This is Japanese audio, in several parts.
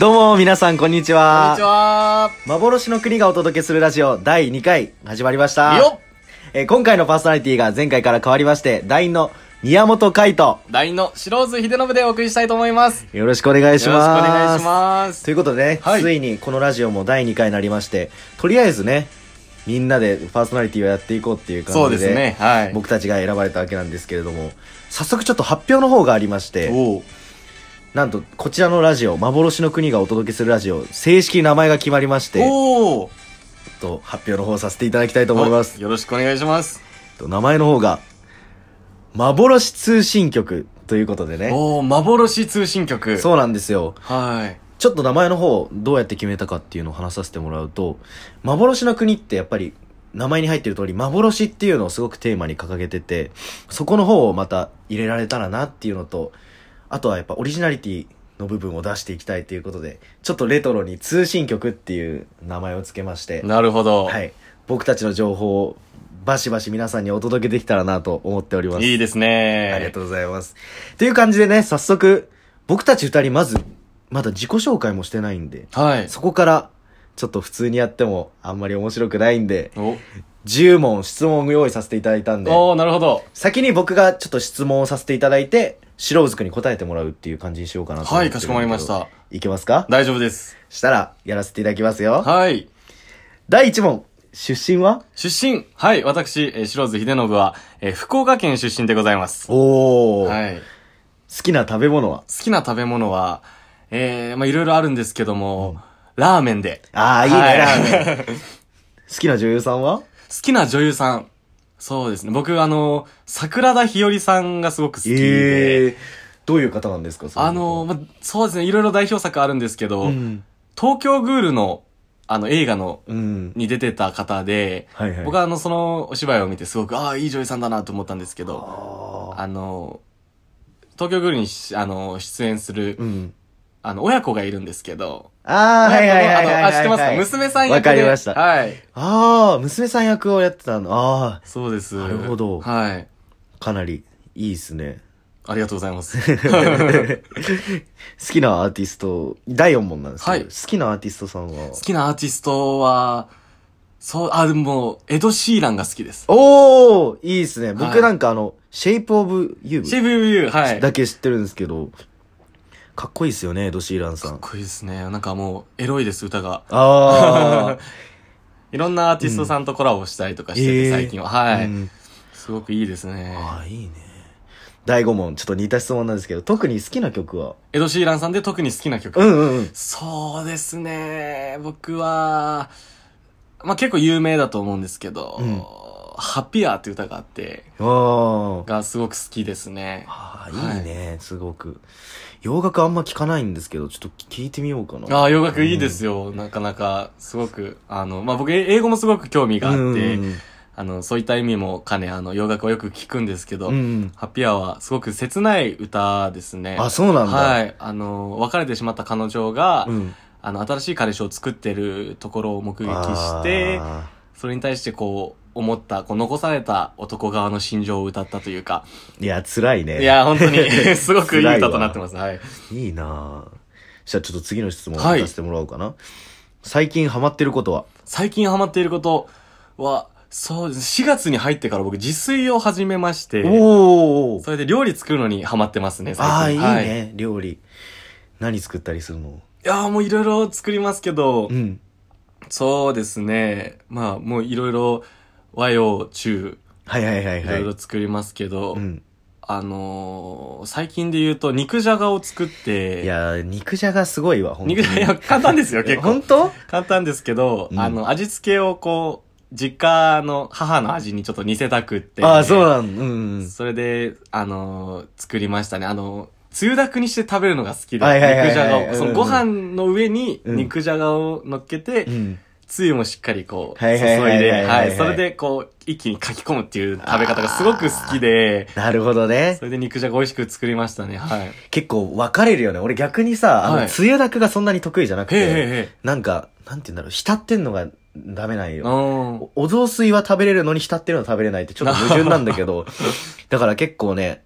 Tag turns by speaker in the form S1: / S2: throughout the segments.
S1: どうも皆さんこんにちは
S2: こんにちは
S1: 幻の国がお届けするラジオ第2回始まりました
S2: よっ
S1: えー今回のパーソナリティが前回から変わりまして団員の宮本海斗
S2: !LINE の白津秀信でお送りしたいと思います。よ
S1: よろしくお願い
S2: ろ
S1: します
S2: お願いします。
S1: ということでね、
S2: はい
S1: ついにこのラジオも第2回になりましてとりあえずねみんなでパーソナリティをやっていこうっていう感じで
S2: そうですね。はい。
S1: 僕たちが選ばれたわけなんですけれども早速ちょっと発表の方がありまして
S2: おう
S1: なんと、こちらのラジオ、幻の国がお届けするラジオ、正式に名前が決まりまして、えっ
S2: おう
S1: と、発表の方させていただきたいと思います。え
S2: よろしくお願いします。
S1: っと名前の方が、幻通信局ということでね。
S2: おお幻通信局。
S1: そうなんですよ。
S2: はい。
S1: ちょっと名前の方、どうやって決めたかっていうのを話させてもらうと、幻の国ってやっぱり、名前に入ってる通り、幻っていうのをすごくテーマに掲げてて、そこの方をまた入れられたらなっていうのと、あとはやっぱオリジナリティの部分を出していきたいということで、ちょっとレトロに通信局っていう名前を付けまして、
S2: なるほど。
S1: は。い。僕たちの情報をバシバシ皆さんにお届けできたらなと思っております。
S2: いいですね。
S1: ありがとうございます。という感じでね、早速、僕たち二人まず、まだ自己紹介もしてないんで、
S2: はい。
S1: そこから、ちょっと普通にやってもあんまり面白くないんで、
S2: お
S1: 10問質問を用意させていただいたんで、
S2: おーなるほど。
S1: 先に僕がちょっと質問をさせていただいて、白うずくんに答えてもらうっていう感じにしようかなと思って
S2: は
S1: る
S2: い、
S1: ん
S2: か
S1: ですけ
S2: しこ
S1: ど
S2: まりまし。た。
S1: いけますか
S2: 大丈夫です。
S1: したら、やらせていただきますよ。
S2: はい。
S1: 第1問、出身は
S2: 出身。はい、私、えー白津秀信は、えー福岡県出身でございます。
S1: おー、
S2: はい。
S1: 好きな食べ物は
S2: 好きな食べ物は、えー、まあいろいろあるんですけども、ラーメンで。
S1: ああ、いいね、
S2: はい
S1: ラー メン。好きな女優さんは
S2: 好きな女優さん。そうですね。僕、あの、桜田ひよりさんがすごく好きで、
S1: ええー、どういう方なんですかそ
S2: あの、ま、そうですね。いろいろ代表作あるんですけど、
S1: うん。
S2: 東京グールの、あの、映画の、
S1: うん。
S2: に出てた方で、
S1: はいはい。
S2: 僕はあの、そのお芝居を見てすごく、ああ、いい女優さんだなと思ったんですけど、
S1: あ
S2: あの、東京グールにし、あの、出演する、
S1: ーうん。
S2: あの、親子がいるんですけど、
S1: ああ、はいはいはいはいはいはい。
S2: あのあ知ってますか娘さん役で。
S1: わかりました
S2: はい。
S1: ああ、娘さん役をやってたの。ああ、
S2: そうです。
S1: なるほど
S2: はい。
S1: かなりいいですね。
S2: ありがとうござい ます。
S1: 好きなアーティスト、第4問なんですけど、
S2: はい
S1: 好きなアーティストさんは
S2: 好きなアーティストは、そう、あ、でも、エド・シーランが好きです。
S1: おおいいですね。
S2: は
S1: 僕
S2: い
S1: なんかあの、シェイプオブユ
S2: シェ
S1: ー
S2: イブ・ユー、はい。か
S1: だけ知ってるんですけど、かっこいいですよね、エド・シーランさ
S2: っ
S1: ん。
S2: こいいですね。なんかもう、エロいです、歌が。
S1: あ
S2: いろんなアーティストさんとコラボしたりとかしてて、
S1: うん
S2: 最近 は。
S1: あ、
S2: はい、
S1: うん
S2: すごくいいですね。
S1: ああ、いいね。第5問、ちょっと似た質問なんですけど、特に好きな曲は
S2: エド・シーランさんで特に好きな曲。
S1: うんうんうん。
S2: そうですね。僕は、まあ、結構有名だと思うんですけど、
S1: うん
S2: ハッピーアーっていう歌があって、
S1: あ
S2: がすごく好きですね。
S1: あ。ああ、いいね、すごく。洋楽あんま聞かないんですけど、ちょっと聞いてみようかな。
S2: ああ、洋楽いいですよ。なかなか、すごく、あの、まあ、僕、え英語もすごく興味があって、
S1: うん
S2: あの、そういった意味も兼ね、あの、洋楽をよく聞くんですけど、
S1: うんうん。
S2: ハッピーアワーはすごく切ない歌ですね。
S1: あ、そうなんだ。
S2: はい。あの、別れてしまった彼女が、
S1: うん。
S2: あの、新しい彼氏を作ってるところを目撃して、
S1: あ
S2: それに対してこう、思った、こう、残された男側の心情を歌ったというか、
S1: ー。いや、辛いね。
S2: いや、本当 に、 すごくいい歌
S1: 辛いわ
S2: となってます。はい。
S1: いいなぁ。じゃあちょっと次の質問
S2: はい
S1: させてもらおうかな。最近ハマってることは
S2: 最近ハマっていることは、そうです。4月に入ってから僕自炊を始めまして、
S1: おー
S2: それで料理作るのにハマってますね、最近。
S1: ああ、いいね、
S2: はい、い
S1: 料理。何作ったりするの
S2: やーもういろいろ作りますけど、
S1: うん。
S2: そうですね。まあ、もういろいろ和洋中、
S1: はいはいはい
S2: い
S1: は
S2: ろ
S1: い。
S2: いろ作りますけど、
S1: うん。
S2: あのー、最近で言うと肉じゃがを作って、
S1: いやー、肉じゃがすごいわ、ほんとに。
S2: 肉じゃが簡単ですよ、結構
S1: 本。当
S2: 簡単ですけど、
S1: うん
S2: あの、味付けをこう、実家の母の味にちょっと似せたくって。
S1: ああ、そうなんうんうん。
S2: それで、あのー作りましたね。あのーつゆだくにして食べるのが好きで、
S1: はいはいはいはい
S2: 肉じゃが
S1: うんう
S2: を。
S1: ん
S2: そのご飯の上に
S1: うん
S2: 肉じゃがを乗っけて、
S1: うん。
S2: つゆもしっかりこう、注
S1: はい
S2: い
S1: はい
S2: で、
S1: はいはいはい
S2: はい。それでこう、一気にかき込むっていう食べ方がすごく好きで、
S1: なるほどね
S2: そ。れで肉じゃが美味しく作りましたね。はい。へ
S1: 結構分かれるよね。俺逆にさ、あ
S2: は
S1: の、
S2: い
S1: つゆだくがそんなに得意じゃなく
S2: えへ
S1: て、
S2: えへえ。
S1: なんか、なんて言うんだろう、浸ってんのがダメなんよ。
S2: うん。
S1: お雑 炊は食べれるのに浸ってるのは食べれないってちょっと矛盾なんだけど、だから結構ね、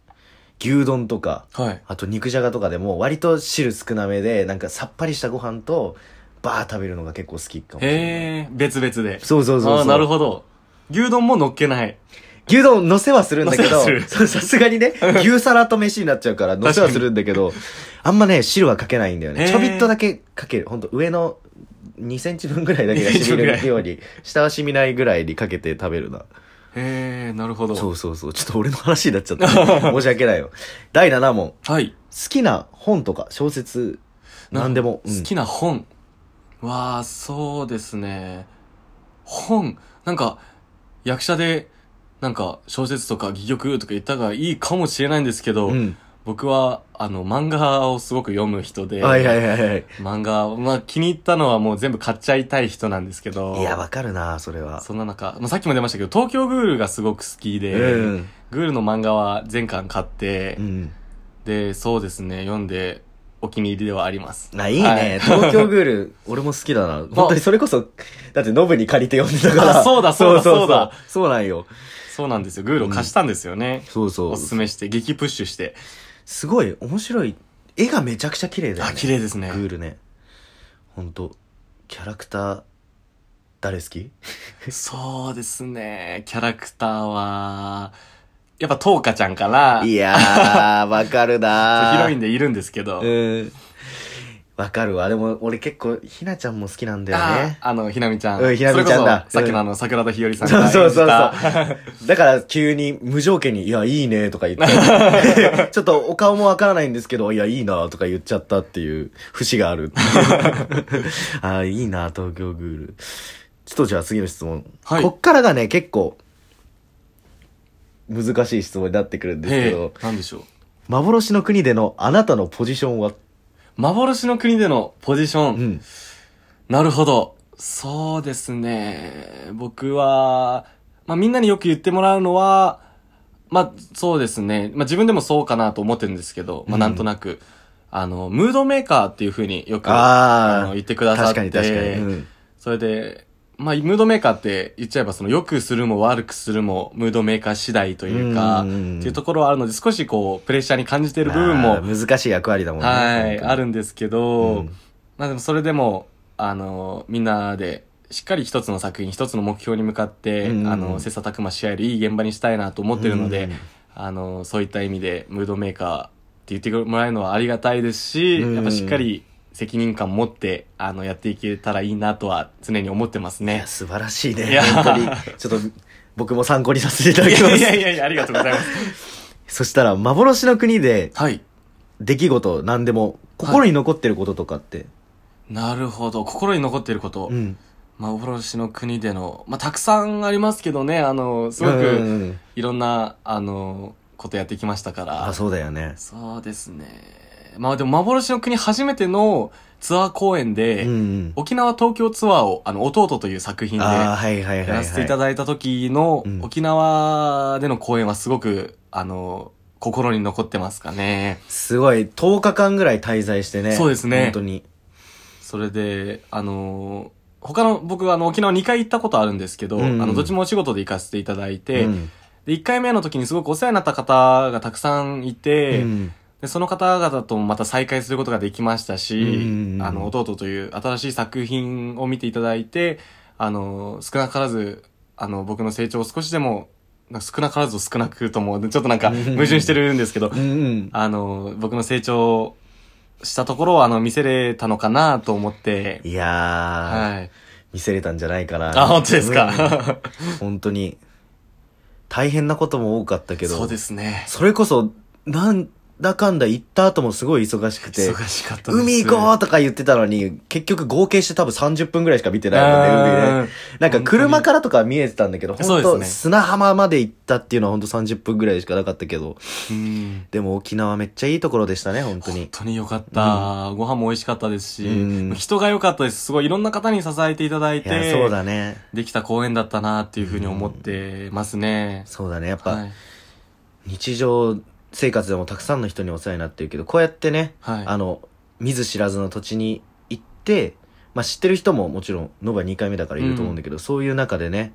S1: 牛丼とか、
S2: はい。
S1: あと肉じゃがとかでも割と汁少なめで、なんかさっぱりしたご飯と、バー食べるのが結構好きかもしれない。
S2: へえ、別々で。
S1: そうそうそうそう。
S2: ああ、なるほど。牛丼も乗っけない。
S1: 牛丼乗せはするんだけど、
S2: 乗せはする
S1: そうさすがにね、牛皿と飯になっちゃうから乗せはするんだけど、あんまね、汁はかけないんだよ
S2: へ
S1: ね。
S2: ー
S1: ちょびっとだけかける。ほんと上の2センチ分ぐらいだけが染み
S2: 2センチ分ぐらい
S1: るように、下は染みないぐらいにかけて食べるな。
S2: へえ、なるほど。
S1: そうそうそう。ちょっと俺の話になっちゃ った。申し訳ないよ。第7問。
S2: はい。
S1: 好きな本とか小説、
S2: な
S1: なんでも。うん
S2: 好きな本。わあ、そうですね。本。なんか、役者で、なんか、小説とか戯曲とか言ったがいいかもしれないんですけど、
S1: うん。
S2: 僕は、あの、漫画をすごく読む人で、
S1: はいはいはいはい。
S2: 漫画、まあ気に入ったのはもう全部買っちゃいたい人なんですけど、
S1: いや、わかるな、それは。
S2: そんな中、まあさっきも出ましたけど、東京グールがすごく好きで、
S1: うん。
S2: グールの漫画は全巻買って、
S1: うん。
S2: で、そうですね、読んで、お気に入りではあります。
S1: あ、いいね。
S2: はい
S1: 東京グー ル、俺も好きだな。本当にそれこそ、だってノブに借りて読んでたから。
S2: あそうだそうだそうだ。
S1: そうなんよ。
S2: そうなんですよ。グールを貸したんですよね。
S1: そうそ
S2: お
S1: う。
S2: すすめして、激プッシュして。
S1: すごい、面白い。絵がめちゃくちゃ綺麗だよ
S2: あ、
S1: ね。
S2: 綺麗ですね。
S1: グールね。本当キャラクター、誰好き
S2: そうですね。キャラクターは、やっぱトウカちゃんかな。
S1: い やー、わかるな
S2: ヒロイン
S1: ン
S2: でいるんですけど。
S1: うん。わかるわ。でも、俺結構、ひなちゃんも好きなんだよね。
S2: ああの、ひなみちゃん。
S1: うんひなみちゃんだ
S2: それこそさっきのあの、桜田ひよりさんが
S1: そう
S2: 演じた。
S1: そうそうそう。だから急に無条件に、いや、いいね、とか言 って。ちょっとお顔もわからないんですけど、いや、いいな、とか言っちゃったっていう節があ る。ああ、いいな、東京グール。ちょっとじゃあ次の質問。
S2: はい
S1: こっからがね、結構、難しい質問になってくるんですけ
S2: え
S1: ど、
S2: え、なんでしょう。
S1: 幻の国でのあなたのポジションは、
S2: 幻の国でのポジション。
S1: うん。
S2: なるほど。そうですね。僕は、まあみんなによく言ってもらうのは、まあそうですね。まあ自分でもそうかなと思ってるんですけど、
S1: う
S2: まあ
S1: ん
S2: なんとなく、あの、ムードメーカーっていう風によく
S1: あー
S2: の言ってくださっ
S1: 確
S2: て。
S1: かに確かに。うん
S2: それで、まあムードメーカーって言っちゃえばその良くするも悪くするもムードメーカー次第というか、
S1: うんうんうん
S2: っていうところはあるので少しこうプレッシャーに感じてる部分
S1: あ
S2: も
S1: ー難しい役割だもんね。
S2: はい、あ
S1: る。
S2: るんですけど、
S1: うん
S2: まあでもそれでも、あの、みんなで、しっかり一つの作品、一つの目標に向かって、
S1: うん
S2: あの、切磋琢磨し合えるいい現場にしたいなと思ってるので、
S1: うん
S2: あの、そういった意味で、ムードメーカーって言ってもらえるのはありがたいですし、
S1: うん
S2: やっぱしっかり責任感持って、あの、やっていけたらいいなとは常に思ってます
S1: い
S2: ね
S1: や、。素晴らしいね。
S2: いや
S1: 本当に。ちょっと、僕も参考にさせていた
S2: い
S1: だきま
S2: やいや
S1: す。
S2: いやいや、ありがとうござ います。
S1: そしたら、幻の国で
S2: はい。
S1: 出来事何でも、心に残ってることとかって。
S2: なるほど。心に残っていること。
S1: うん。
S2: まあ、幻の国での、まあ、たくさんありますけどね、あの、すご
S1: うん
S2: く、
S1: うんうん
S2: いろんな、あの、ことやってきましたから。
S1: あ、そうだよね。
S2: そうですね。まあでも、幻の国初めてのツアー公演で、
S1: うんうん。
S2: 沖縄東京ツアーを、あの、弟という作品で、
S1: ああ、
S2: や
S1: はいはいはい、はい。
S2: らせていただいた時の
S1: うん、
S2: 沖縄での公演はすごく、あの、心に残ってますかね。
S1: すごい、10日間ぐらい滞在してね。
S2: そうですね
S1: 本当に。
S2: それで、あの、他の、僕、あの、沖縄2回行ったことあるんですけど、
S1: うんうん
S2: あの、どっちもお仕事で行かせていただいて、
S1: うん
S2: で、1回目の時にすごくお世話になった方がたくさんいて、
S1: うん
S2: で、その方々ともまた再会することができましたし、
S1: うんうんうん
S2: あの、弟という新しい作品を見ていただいて、あの、少なからず、あの、僕の成長を少しでも、なんか少なからず少なくとも、ちょっとなんか
S1: うんうんうん
S2: 矛盾してるんですけど
S1: う、んうん。
S2: あの、僕の成長したところを、あの、見せれたのかなと思って、
S1: いやー、
S2: はい。
S1: 見せれたんじゃないかな。
S2: あ、本当です
S1: うん
S2: か。
S1: 本当に。大変なことも多かったけど。
S2: そうですね。
S1: それこそ、なんだかんだ行った後もすごい忙しくて、
S2: 忙しかったです。
S1: 海行こうとか言ってたのに、結局合計して多分30分ぐらいしか見てないもんね、海ね。
S2: うん
S1: なんか車からとか見えてたんだけど、
S2: そう
S1: 本
S2: ですね
S1: 当砂浜まで行ったっていうのは本当30分ぐらいしかなかったけど、
S2: うん
S1: でも沖縄めっちゃいいところでしたね、本当
S2: 本
S1: に。
S2: 当に良かった、ご飯も美味しかったですし、
S1: うん
S2: 人が良かったです。すごいいろんな方に支えていただい
S1: い
S2: て、
S1: や、そうだね。
S2: できた公演だったなっていうふうに思ってますね。
S1: そうだね。やっ
S2: は
S1: ぱ
S2: い。
S1: 日常生活でもたくさんの人にお世話になってるけど、こうやってね、
S2: は
S1: あの、見ず知らずの土地に行って、まあ、知ってる人ももちろん、ノバ2回目だからいると思うんだけど、そういう中でね、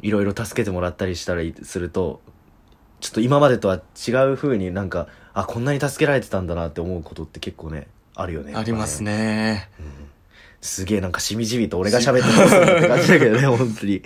S1: いろいろ助けてもらったりしたりすると、ちょっと今までとは違う風になんか、あ、こんなに助けられてたんだなって思うことって結構ね、あるよね。
S2: あります
S1: ね。
S2: ね。
S1: すげえなんかしみじみと俺が喋ってますよって感じだけど ね、本当に。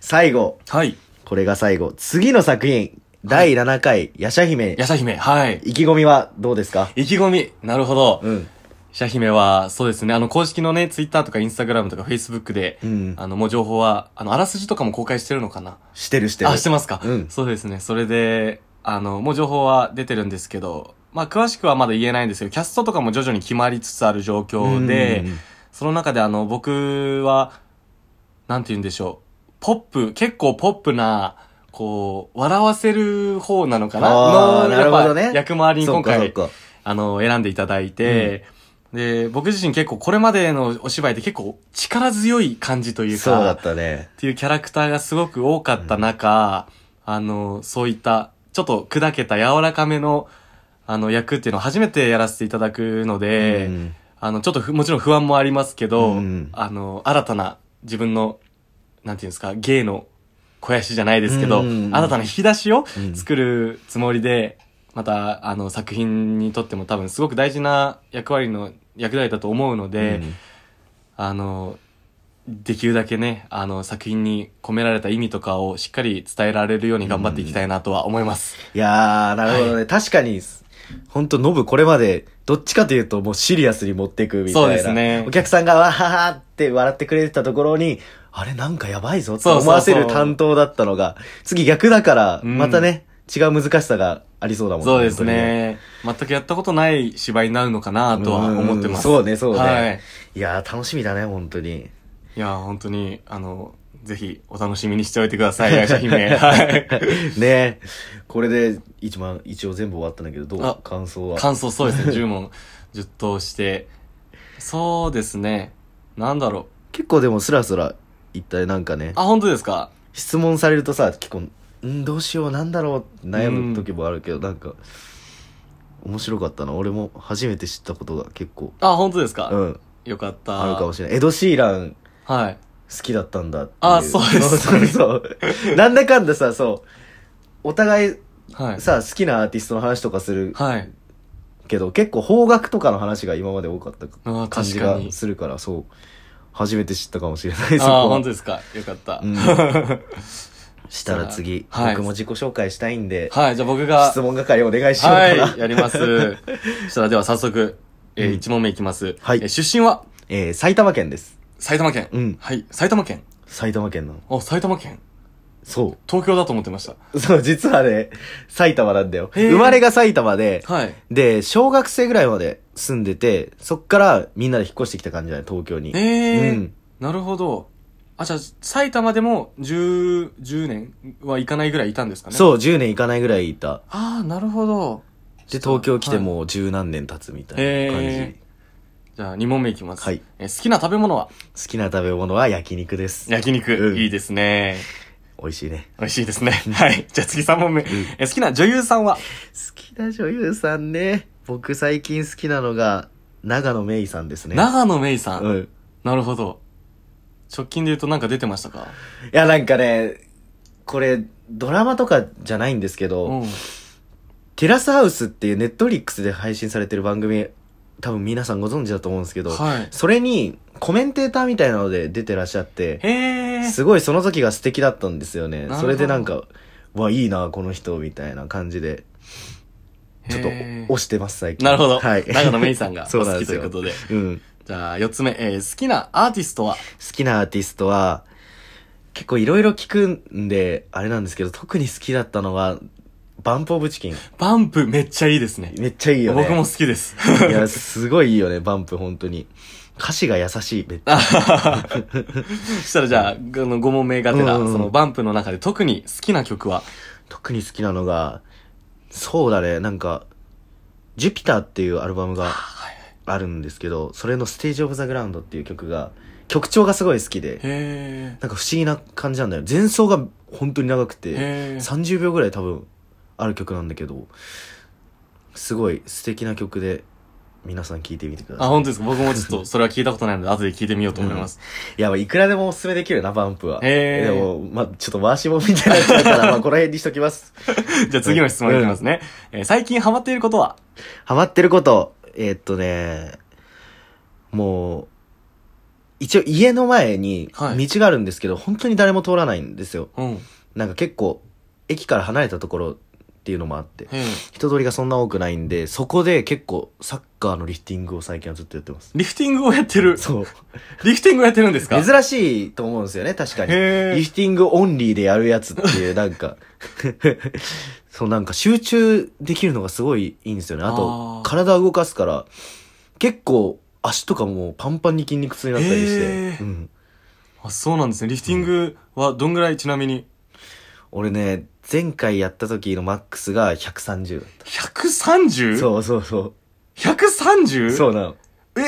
S1: 最後、
S2: はい。
S1: これが最後。次の作品、第7回、ヤシャ姫。
S2: ヤシャ姫、はい。
S1: 意気込みはどうですか
S2: 意気込み。なるほど。
S1: うん。
S2: シャ姫は、そうですね、あの、公式のね、ツイッターとかインスタグラムとかフェイスブックで、
S1: うん。
S2: あの、もう情報は、あの、あらすじとかも公開してるのかな
S1: してるしてる。
S2: あ、してますか。
S1: うん
S2: そうですね。それで、あの、もう情報は出てるんですけど、まあ、詳しくはまだ言えないんですけど、キャストとかも徐々に決まりつつある状況で、
S1: うん
S2: その中であの、僕は、なんて言うんでしょう。ポップ、結構ポップな、こう、笑わせる方なのかな
S1: あー
S2: の
S1: なるほどね
S2: やっぱ役回りに今
S1: そっ
S2: 回、
S1: かそっか
S2: あの、選んでいただいて、で、僕自身結構これまでのお芝居で結構力強い感じというか、
S1: そうだったね。
S2: っていうキャラクターがすごく多かった中、あの、そういった、ちょっと砕けた柔らかめの、あの、役っていうのを初めてやらせていただくので、
S1: うん
S2: あの、ちょっとふもちろん不安もありますけど、
S1: うん
S2: あの、新たな自分の、なんていうんですか、芸の肥やしじゃないですけ
S1: う
S2: ど、
S1: ん
S2: 新たな引き出しを
S1: うん
S2: 作るつもりで、また、あの、作品にとっても多分すごく大事な役割の、役割だと思うので、
S1: うん
S2: あの、できるだけね、あの、作品に込められた意味とかをしっかり伝えられるように頑張っていきたいなとは思います。
S1: いやー、なるほどね。確かに、ほんと、ノブこれまで、どっちかというと、もうシリアスに持っていくみたいな。
S2: そうですね
S1: お客さんが、わははって笑ってくれてたところに、あれなんかやばいぞって
S2: そうそうそう
S1: 思わせる担当だったのが、次逆だから、
S2: うん
S1: またね、違う難しさがありそうだもん
S2: そうです。ね。全くやったことない芝居になるのかな
S1: 本当にね
S2: とは思ってます。
S1: うんそうね、そうね。
S2: はいい。、
S1: やー、楽しみだね、本当に。
S2: いや、本当に、あの、ぜひお楽しみにしておいてください、愛 車姫。はい。
S1: ねこれで、一番、一応全部終わったんだけど、ど
S2: あ
S1: う感想は。
S2: 感想そうですね、10問、10答して。そうですね。なんだろ
S1: 結構でも、スラスラ、言ったねなんかね
S2: う。。あ、本当ですか
S1: 質問されるとさ結構んどうしようなんだろうって悩む時もあるけど、なんか面白かったな俺も初めて知ったことが結構
S2: あ、本当ですか、
S1: うん
S2: よかった。
S1: あるかもしれないエド・シーラン
S2: はい。
S1: 好きだったんだっていう
S2: あそうです
S1: そうそうそうなんだかんださそうお互い
S2: はい。
S1: さ好きなアーティストの話とかする
S2: はい。
S1: けど結構邦楽とかの話が今まで多かった
S2: あー
S1: 感じ
S2: 確か
S1: が
S2: に。
S1: するからそう初めて知ったかもしれないそこ
S2: あ
S1: は
S2: あ、本当ですか。よかった。
S1: うんしたら次、
S2: はい
S1: 僕も自己紹介したいんで、
S2: はい、じゃあ僕が、
S1: 質問係お願いしようかな。
S2: はい、やります。そしたらでは早速、え
S1: うん
S2: 1問目いきます。
S1: はい
S2: えー出身は
S1: えー、埼玉県です。
S2: 埼玉県。
S1: うん
S2: はい、埼玉県。
S1: 埼玉県なの。
S2: あ、埼玉県。
S1: そ
S2: 東京だと思ってました。
S1: う。 そう、実はね、埼玉なんだよ。
S2: へー
S1: 生まれが埼玉で、
S2: はい。
S1: で、小学生ぐらいまで住んでて、そっからみんなで引っ越してきた感じだね、東京に。
S2: ええー
S1: うん
S2: なるほど。あ、じゃあ、埼玉でも10、10年はいかないぐらいいたんですかねう。
S1: そう、10年いかないぐらいいた。
S2: ああ、なるほど。
S1: で、東京来てもう十何年経つみたいな感じ。
S2: へじゃあ、2問目いきます。
S1: はい
S2: えー好きな食べ物は
S1: 好きな食べ物は焼肉です。
S2: 焼肉、
S1: うん
S2: いいですね。
S1: 美味しいね。
S2: 美味しいですね。はい。じゃあ次3問目。えー好きな女優さんは
S1: 好きな女優さんね。僕最近好きなのが、長野めいさんですね。
S2: 長野めいさん。
S1: うん。
S2: なるほど。直近で言うとなんか出てましたか
S1: いや、なんかね、これ、ドラマとかじゃないんですけど、
S2: うん。
S1: テラスハウスっていうネットフリックスで配信されてる番組、多分皆さんご存知だと思うんですけど、
S2: はい。
S1: それにコメンテーターみたいなので出てらっしゃって、
S2: へー。
S1: すごいその時が素敵だったんですよね
S2: る。ほど
S1: それでなんか、わ、いいな、この人、みたいな感じで、ちょっと
S2: へー
S1: 押してます、最近。
S2: なるほど。
S1: はい。
S2: 長野めいさんが
S1: そう
S2: お
S1: なん
S2: 好
S1: で
S2: き
S1: す
S2: とい
S1: よ
S2: うことで。
S1: うん。
S2: じゃあ、四つ目、えー好きなアーティストは
S1: 好きなアーティストは、結構いろいろ聞くんで、あれなんですけど、特に好きだったのは、バンプオブチキン。
S2: バンプめっちゃいいですね。
S1: めっちゃいいよね。
S2: 僕も好きです。
S1: いや、すごいいいよね、バンプ、本当に。歌詞が優しい、めっちゃ。
S2: あははは そしたらじゃあ、あの、5問目がてら、
S1: うんうんうん
S2: そのバンプの中で特に好きな曲は
S1: 特に好きなのが、そうだね、なんか、ジュピターっていうアルバムがあるんですけど、それのステージオブザグラウンドっていう曲が、曲調がすごい好きで、
S2: へ
S1: なんか不思議な感じなんだよ。前奏が本当に長く
S2: ー。
S1: て、
S2: へー。
S1: 30秒ぐらい多分ある曲なんだけど、すごい素敵な曲で、皆さん聞いてみてください。
S2: あ、本当ですか僕もちょ っとそれは聞いたことないので、後で聞いてみようと思います。
S1: いや、まあいくらでもおすすめできるな、バンプは。
S2: へー
S1: でも、まあちょっと回しもみたいになっちゃう から、まあこの辺にしときます。
S2: じゃあ次の質問いきますね。えー最近ハマっていることは
S1: ハマってること、えーっとね、もう、一応家の前に道
S2: はい
S1: があるんですけど、本当に誰も通らないんですよ。
S2: うん。へ
S1: なんか結構、駅から離れたところっていうのもあって、
S2: え
S1: 人通りがそんな多くないんで、そこで結構サッカーのリフティングを最近はずっとやってます。
S2: リフティングをやってる。
S1: そう。
S2: リフティングをやってるんですか
S1: 珍しいと思うんですよね、確かに。
S2: へー
S1: リフティングオンリーでやるやつっていう、なんか、 そう、なんか集中できるのがすごいいいんですよね。あと
S2: あ、ー
S1: 体を動かすから、結構、足とかもうパンパンに筋肉痛になったりして、
S2: へー
S1: うん。
S2: あそうなんですね。リフティングはどんぐらいちなみに
S1: 俺ね、前回やった時のマックスが130だっ
S2: 130?
S1: た。
S2: う。
S1: そうそうそ
S2: 130?
S1: う。そうなの。
S2: え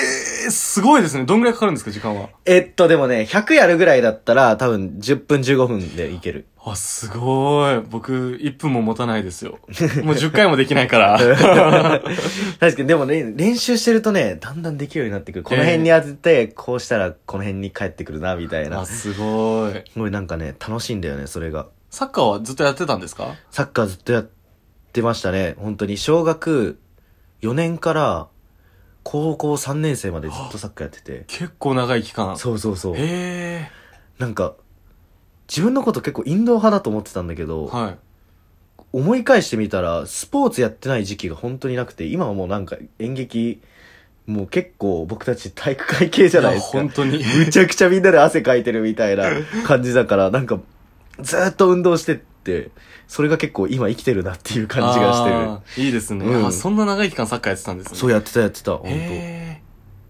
S2: えすごいですね。どんぐらいかかるんですか、時間は。
S1: えっと、でもね、100やるぐらいだったら、多分10分15分でいける。
S2: あ、すごい。僕、1分も持たないですよ。もう10回もできな いから。
S1: 確かに、でもね、練習してるとね、だんだんできるようになってくる。この辺に当てて、こうしたらこの辺に帰ってくるな、みたいな。
S2: あ、
S1: す
S2: すごい。
S1: ごいなんかね、楽しいんだよね、それが。
S2: サッカーはずっとやってたんですか
S1: サッカーずっとやってましたね。本当に、小学4年から高校3年生までずっとサッカーやってて。
S2: 結構長い期間。
S1: そうそうそう。
S2: へ
S1: なんか、自分のこと結構インドア派だと思ってたんだけ
S2: え。
S1: ど、
S2: はい。
S1: 思い返してみたら、スポーツやってない時期が本当になくて、今はもうなんか演劇、もう結構僕たち体育会系じゃないですか。
S2: や本当に。
S1: むちゃくちゃみんなで汗かいてるみたいな感じだから、なんか、ずーっと運動してって、それが結構今生きてるなっていう感じがしてる。
S2: してる。いいですね、
S1: うん
S2: あそんな長い期間サッカーやってたんですね。
S1: そうやってたやってた、本当好
S2: へえ。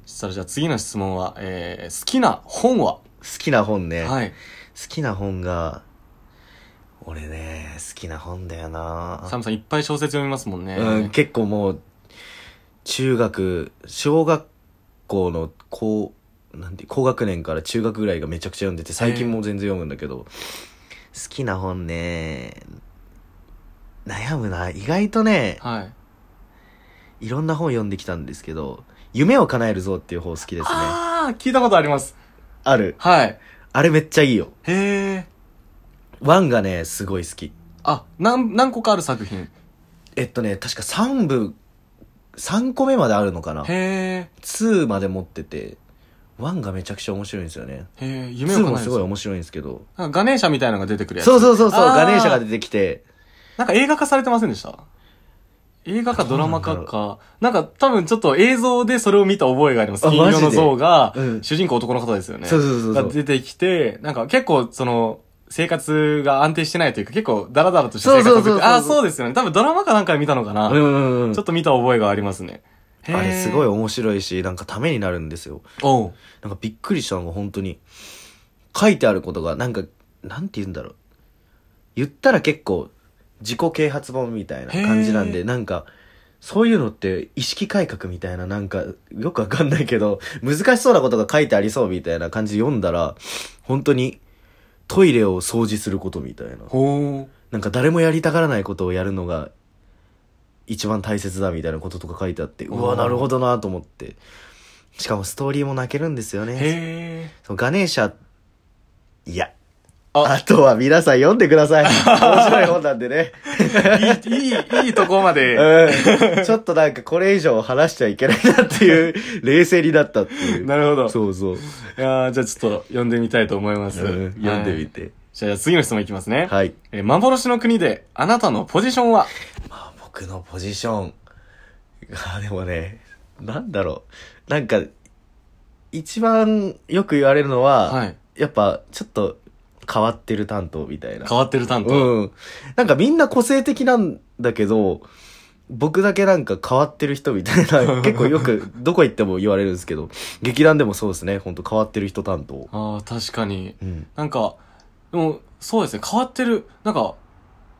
S2: そしたらじゃあ次の質問は、えー、好きな本は
S1: きな本ね。好
S2: はい。
S1: きな本が、俺ね、好きな本だよな
S2: サムさんいっぱい小説読みますもんね。
S1: うん、結構もう、中学、小学校の高、なんて、高学年から中学ぐらいがめちゃくちゃ読んでて、最近も全然読むんだけど、好きな本ね、悩むな。意外とね、
S2: はい。
S1: いろんな本読んできたんですけど、夢を叶えるぞっていう本好きですね。あ
S2: ああ、聞いたことあります。
S1: る。
S2: はい。
S1: あれめっちゃいいよ。
S2: へえ。
S1: ワンがね、すごい好き。
S2: あ、なん、何個かある作品。
S1: えっとね、確か3部、3個目まであるのかな
S2: へ
S1: 2まで持ってて、1がめちゃくちゃ面白いんですよね。
S2: え。へえ、夢を
S1: 2
S2: 叶え
S1: も
S2: る
S1: すごい面白いんですけど。
S2: なんかガネーシャみたいなのが出てくるやつ。
S1: そうそうそうそう、ガネーシャが出
S2: て
S1: てきて。
S2: なんか映画化されてませんでした映画かドラマ化か。なんか多分ちょっと映像でそれを見た覚えがあります。
S1: あ
S2: 金色
S1: マ
S2: の
S1: ジで
S2: 像が
S1: う、ん
S2: 主人公男の方ですよね。
S1: そうそうそうそう
S2: が出てきて、なんか結構その、生活が安定してないというか、結構ダラダラとした生活を
S1: そ
S2: 送
S1: うそうそう
S2: って、
S1: そう
S2: ああ、そうですよね。多分ドラマかなんかで見たのかな。
S1: うんうんうん
S2: ちょっ。と見た覚えがありますね。へー
S1: あれすごい。面白いし、なんかためになるんですよ。
S2: おう。
S1: なんかびっくりしたのが本当に、書いてあることが、なんか、なんて言うんだろう。言ったら結構、自己啓発本みたいな感じなん
S2: へ
S1: で、
S2: ー
S1: なんか、そういうのって意識改革みたいな、なんか、よくわかんないけど、難しそうなことが書いてありそうみたいな感じで読んだら、本当に、トイレを掃除することみたいな。
S2: ほ
S1: なんか誰もやりたがらないことをやるのが一番大切だみたいなこととか書いてあって、う
S2: お
S1: わ、
S2: ー
S1: なるほどなと思って。しかもストーリーも泣けるんですよ
S2: う。
S1: ね。
S2: へえ。
S1: そのガネーシャ、いや。
S2: あ
S1: あとは皆さん読んでくだ さい。面白い本なんでね。
S2: いい、いい、いいとこまで。
S1: うん。ちょっとなんかこれ以上話しちゃいけないなっていう、冷静になったっていう。
S2: なるほど。
S1: そうそう。
S2: いやーじゃあちょっと読んでみたいと思いま
S1: う
S2: す。
S1: ん読んで
S2: はい
S1: みて。
S2: じゃあ次の質問いきますね。
S1: はい。
S2: えー幻の国であなたのポジションは
S1: まあ僕のポジション。 あでもね、なんだろう。なんか、一番よく言われるのは、
S2: はい。
S1: やっぱちょっと変わってる担当みたいな。
S2: 変わってる担当。
S1: うん。なんかみんな個性的なんだけど、僕だけなんか変わってる人みたいな、 結構よくどこ行っても言われるんですけど、劇団でもそうですね、ほんと変わってる人担当。
S2: ああ、確かに。
S1: うん。
S2: なんか、でも、そうですね、変わってる。なんか、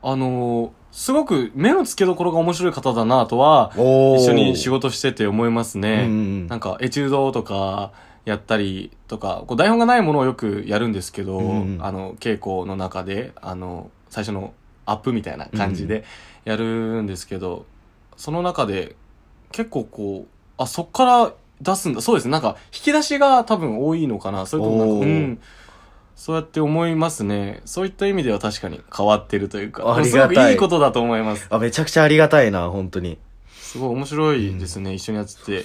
S2: あのーすごく目の付けどころが面白い方だなとは、
S1: お
S2: 一緒に仕
S1: 事
S2: 事してて思いますね。
S1: うん
S2: なんか、エチュードとか、やったりとか、こう台本がないものをよくやるんですけど、
S1: うんうん
S2: あの、稽古の中で、あの、最初のアップみたいな感じでやるんですけど、その中で、結構こう、あ、そっから出すんだ。そうですね。なんか、引き出しが多分多いのかな。それともなん
S1: お
S2: か、
S1: ー
S2: うん。そうやって思いますね。そういった意味では確かに変わってるというか、
S1: あり
S2: す
S1: がた
S2: ご
S1: い
S2: くいいことだと思います。
S1: あ、めちゃくちゃありがたいな、本当に。
S2: すごい面白いですね。一緒にやってて。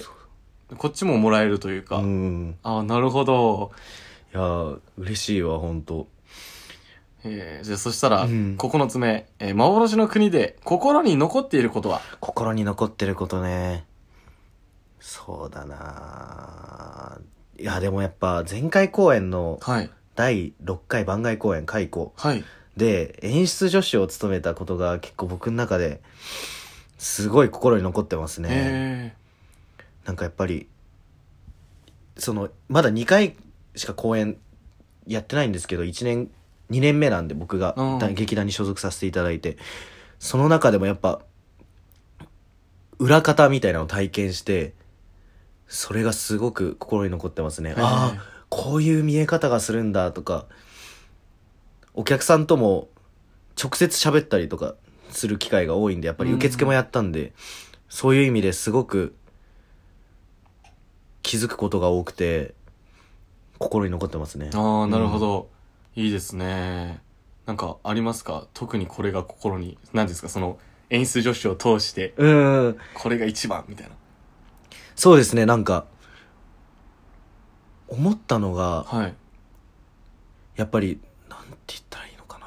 S2: こっちももらえるという
S1: う
S2: か。
S1: ん。
S2: あ、なるほど。
S1: いやー、嬉しいわ、本当
S2: えー、じゃあそしたら、
S1: うん
S2: 9つ目、えー幻の国で心に残っていることは
S1: 心に残ってることね。そうだないや、でもやっぱ、前回公演の
S2: はい。
S1: 第6回番外公演、開講
S2: はい。
S1: で、演出助手を務めたことが結構僕の中で、すごい心に残ってますね。
S2: え
S1: なんかやっぱり、その、まだ2回しか公演やってないんですけど、1年、2年目なんで僕が
S2: うん
S1: だ劇団に所属させていただいて、その中でもやっぱ、裏方みたいなのを体験して、それがすごく心に残ってますね
S2: ー。
S1: あ
S2: え
S1: あ、こういう見え方がするんだとか、お客さんとも直接喋ったりとかする機会が多いんで、やっぱり受付もやったんで、そういう意味ですごく気づくことが多くて、心に残ってますね。
S2: ーああ、なるほど、いいですね。なんかありますか特にこれが心に、何ですかその演出助手を通して、
S1: うーん。
S2: これが一番みたいな。
S1: そうですね、なんか、思ったのが、
S2: はい。
S1: やっぱり、なんて言ったらいいのかな。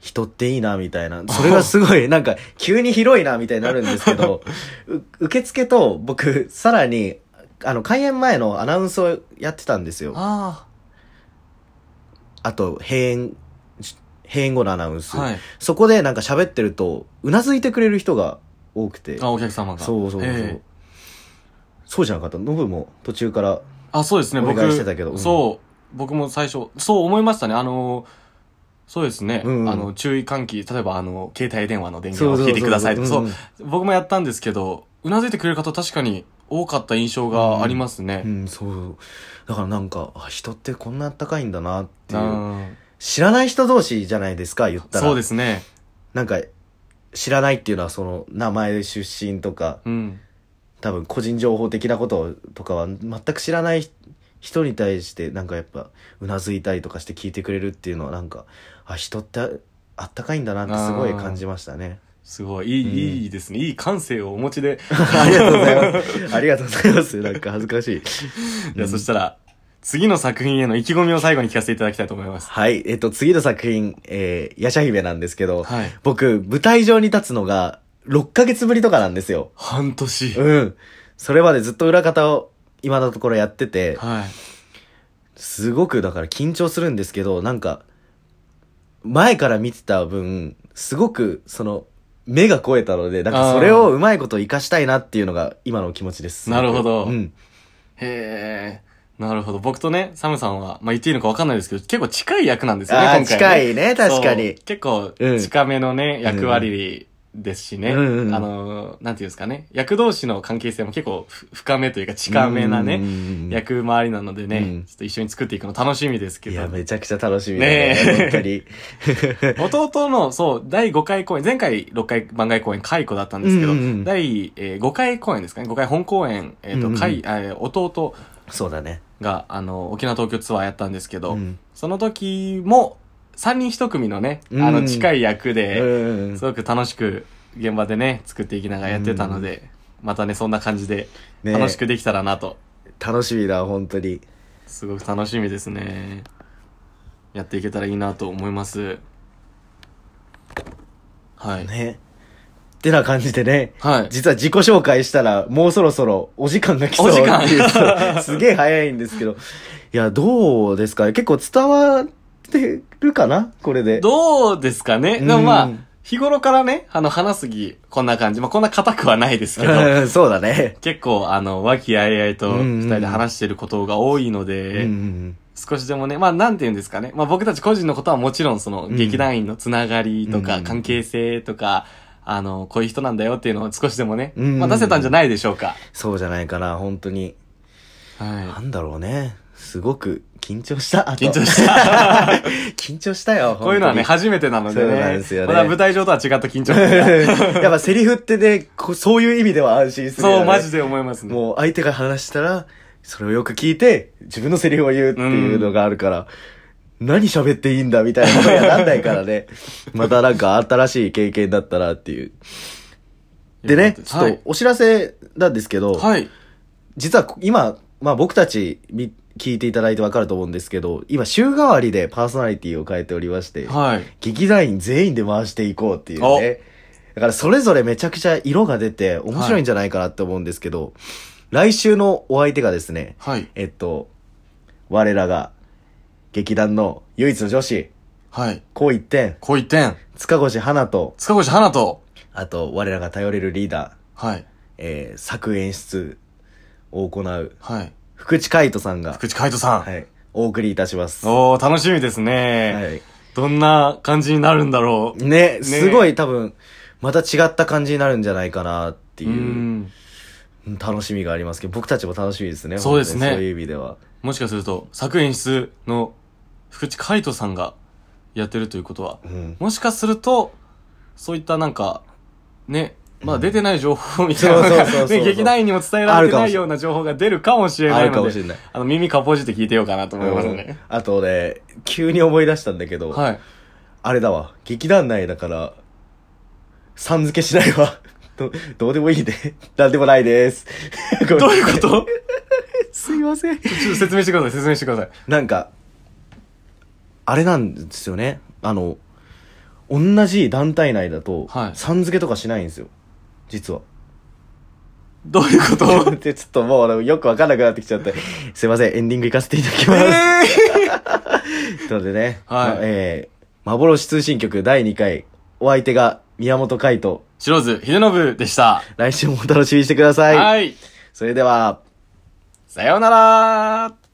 S1: 人っていいな、みたいな。それがすご い、なんか、急に広いな、みたいになるんですけど、う受付と僕、さらに、あの、開演前のアナウンスをやってたんですよ。あ
S2: あ
S1: と、閉演、し閉園後のアナウン
S2: あ、
S1: ス。
S2: はい。
S1: そこでなんか喋ってると、うなずいてくれる人が多くて。
S2: あ、お客様が。
S1: そうそうそう。
S2: え
S1: そうじゃなかった。ノブも途中から、
S2: ーあ、そうですね、
S1: お
S2: 僕。
S1: 願いしてたけどうん
S2: そう。僕も最初、そう思いましたね。あのーそうですね、
S1: うんうん
S2: あの、注意喚起、例えばあの、携帯電話の電
S1: そ
S2: 源
S1: うそうそう
S2: を聞いてくださいとか、そう
S1: うん
S2: 僕もやったんですけど、うなずいてくれる方確かに多かった印象がありますね。
S1: うん、そう。だからなんか、あ人ってこんなあったかいんだなっていう。
S2: うん
S1: 知らない人同士じゃないですか、言ったら。
S2: そうですね。
S1: なんか、知らないっていうのはその、名前、出身とか、
S2: うん。
S1: 多分個人情報的なこととかは全く知らない人に対して、なんかやっぱ、うなずいたりとかして聞いてくれるっていうのはなんか、あ、人ってあったかいんだなってすごい感じましたね。
S2: すごい、いい、
S1: うん
S2: いいですね。いい感性をお持ちで。
S1: ありがとうご ざいます。ありがとうございます。なんか恥ずかしい。
S2: いや、そしたら、次の作品への意気込みを最後に聞かせていただきたいと思います。
S1: はい。えっと、次の作品、えー、ヤシャ姫なんですけど、
S2: はい。
S1: 僕、舞台上に立つのが、6ヶ月ぶりとかなんですよ。
S2: 半年。
S1: うん。それまでずっと裏方を、今のところやってて、
S2: はい。
S1: すごくだから緊張するんですけど、なんか、前から見てた分、すごく、その、目が超えたので、なんかそれをうまいこと活かしたいなっていうのが今の気持ちです。
S2: なるほど
S1: うん。
S2: へえ。なるほど。僕とね、サムさんは、まあ言っていいのか分かんないですけど、結構近い役なんですよね、今
S1: ああ、
S2: 回ね。
S1: 近いね、確か
S2: そう
S1: に。
S2: 結構、
S1: うん
S2: 近めのね、役割ですしね。
S1: うんうん
S2: あのー、なんていうんですかね。役同士の関係性も結構ふ深めというか近めな
S1: うん
S2: ね、
S1: うんうん。
S2: 役回りなのでね、
S1: うん
S2: ちょっと一緒に作っていくの楽しみですけ
S1: い
S2: ど
S1: や、。めちゃくちゃ楽しみだ
S2: ねえ
S1: 本当に。
S2: 弟の、そう、第5回公演、前回6回番外公演、解雇だったんですけど、
S1: うんうんうん
S2: 第、え5回公演ですかね、5回本公演、え
S1: う
S2: っ、
S1: んうんう
S2: と、
S1: ん
S2: 解、えー弟
S1: そうだね。
S2: が、あの、沖縄東京ツアーやったんですけど、
S1: うん
S2: その時も、3人1組のね、あ
S1: う
S2: の、
S1: ん
S2: 近い役で、
S1: うん
S2: すごく楽しく現場でね、作っていきながらやってたので、またね、そんな感じで
S1: ね
S2: 楽しくできたらなと、
S1: 楽しみだ本当に
S2: すごく楽しみですね。やっていけたらいいなと思います。はい。
S1: ねってな感じでね
S2: はい。
S1: 実は自己紹介したらもうそろそろお時間が来そうっていう
S2: お時 間
S1: すげえ早いんですけどいやどうですか結構伝わってるかなこれで
S2: どうですかねでもま
S1: う
S2: あ
S1: ん、
S2: 日頃からね、あの、話すぎ、こんな感じ。まあ、こんな硬くはないですけど、
S1: うんそうだね、
S2: 結構、あの、和気あいあいと
S1: うんうん
S2: 二人で話してることが多いので、
S1: うん
S2: 少しでもね、まあなんて言うんですかね。まあ僕たち個人のことはもちろんその
S1: うん
S2: 劇団員のつながりと
S1: う
S2: か
S1: ん
S2: 関係性とか、あの、こういう人なんだよっていうのを少しでもね、
S1: うん
S2: まあ出せたんじゃないでしょうか。
S1: そうじゃないかな本当に
S2: は
S1: なんだろうねすごく緊張した。あと
S2: 緊張した。
S1: 緊張したよ。
S2: こういうのはね、
S1: 本
S2: 初めてなので
S1: そうなん
S2: ね。
S1: ですよね
S2: まだ舞台上とは違った緊張
S1: 当 に やっぱセリフってね、こうそういう意味では安心するよね、
S2: そう、マジで思いますね。
S1: もう相手が話したら、それをよく聞いて、自分のセリフを言うっていうのがあるから、何喋っていいんだみたいなことにはなんないからね。またなんか新しい経験だったなっていう。でね、ちょ
S2: は
S1: っと
S2: い。
S1: お知らせなんですけど、
S2: はい。
S1: 実は今、まあ僕たちみ聞いていただいてわかると思うんですけど、今週替わりでパーソナリティを変えておりまして、
S2: はい。
S1: 劇団員全員で回していこうっていうね。だからそれぞれめちゃくちゃ色が出て面白いんじゃないかなって思うんですけど、来週のお相手がですね、
S2: はい。
S1: えっと、我らが劇団の唯一の女子、
S2: はい。
S1: こう一点、
S2: こう一点。
S1: 塚越花と、
S2: 塚越花と。
S1: あと我らが頼れるリーダー、
S2: はい。
S1: えー作演出を行う
S2: はい。
S1: 福地海人さんが、
S2: 福地海人さん。
S1: はい、お送りいたします。は
S2: おー、楽しみですね。
S1: い。
S2: どんな感じになるんだろう。っ
S1: ね、すごい多分、また違った感じになるんじゃないかなって
S2: て
S1: いううん楽しみがありますけど、僕たちも楽しみですね。
S2: そうですね
S1: 本当にそういう意味では。
S2: もしかすると、作演出の福地海人さんがやってるということは、
S1: うん。
S2: もしかすると、そういったなんか、ね、まだ出てない情報みたい
S1: そうそう
S2: な
S1: そう
S2: のが、
S1: そう
S2: ね、劇団員にも伝えられて
S1: あるかもしれな
S2: ないいような情報が出るかもしれ
S1: あ
S2: ない
S1: るか
S2: の
S1: もし
S2: で、
S1: れない。
S2: あの、耳かぽじって聞いてようかなと思いますね。
S1: あとね、急に思い出したんだけど、
S2: はい。
S1: あれだわ、劇団内だから、さん付けしないわ。 どどうでも いいね。なんでもないです。 ど
S2: どういうこと
S1: すいません。
S2: ちょっと説明してください、説明してください。
S1: なんか、あれなんですよね。あの、同じ団体内だと、
S2: はい
S1: さん付けとかしないんですよ。実は。
S2: どういうこと
S1: で、ちょっともうあのよくわかんなくなってきちゃって。すいません、エンディング行かせていただきます。
S2: え
S1: ということでね、
S2: はい
S1: まえー、幻通信局第2回、お相手が宮本海斗。
S2: ー、 白津秀信でした。
S1: 来週もお楽しみにしてください。
S2: はい。
S1: それでは、
S2: さようなら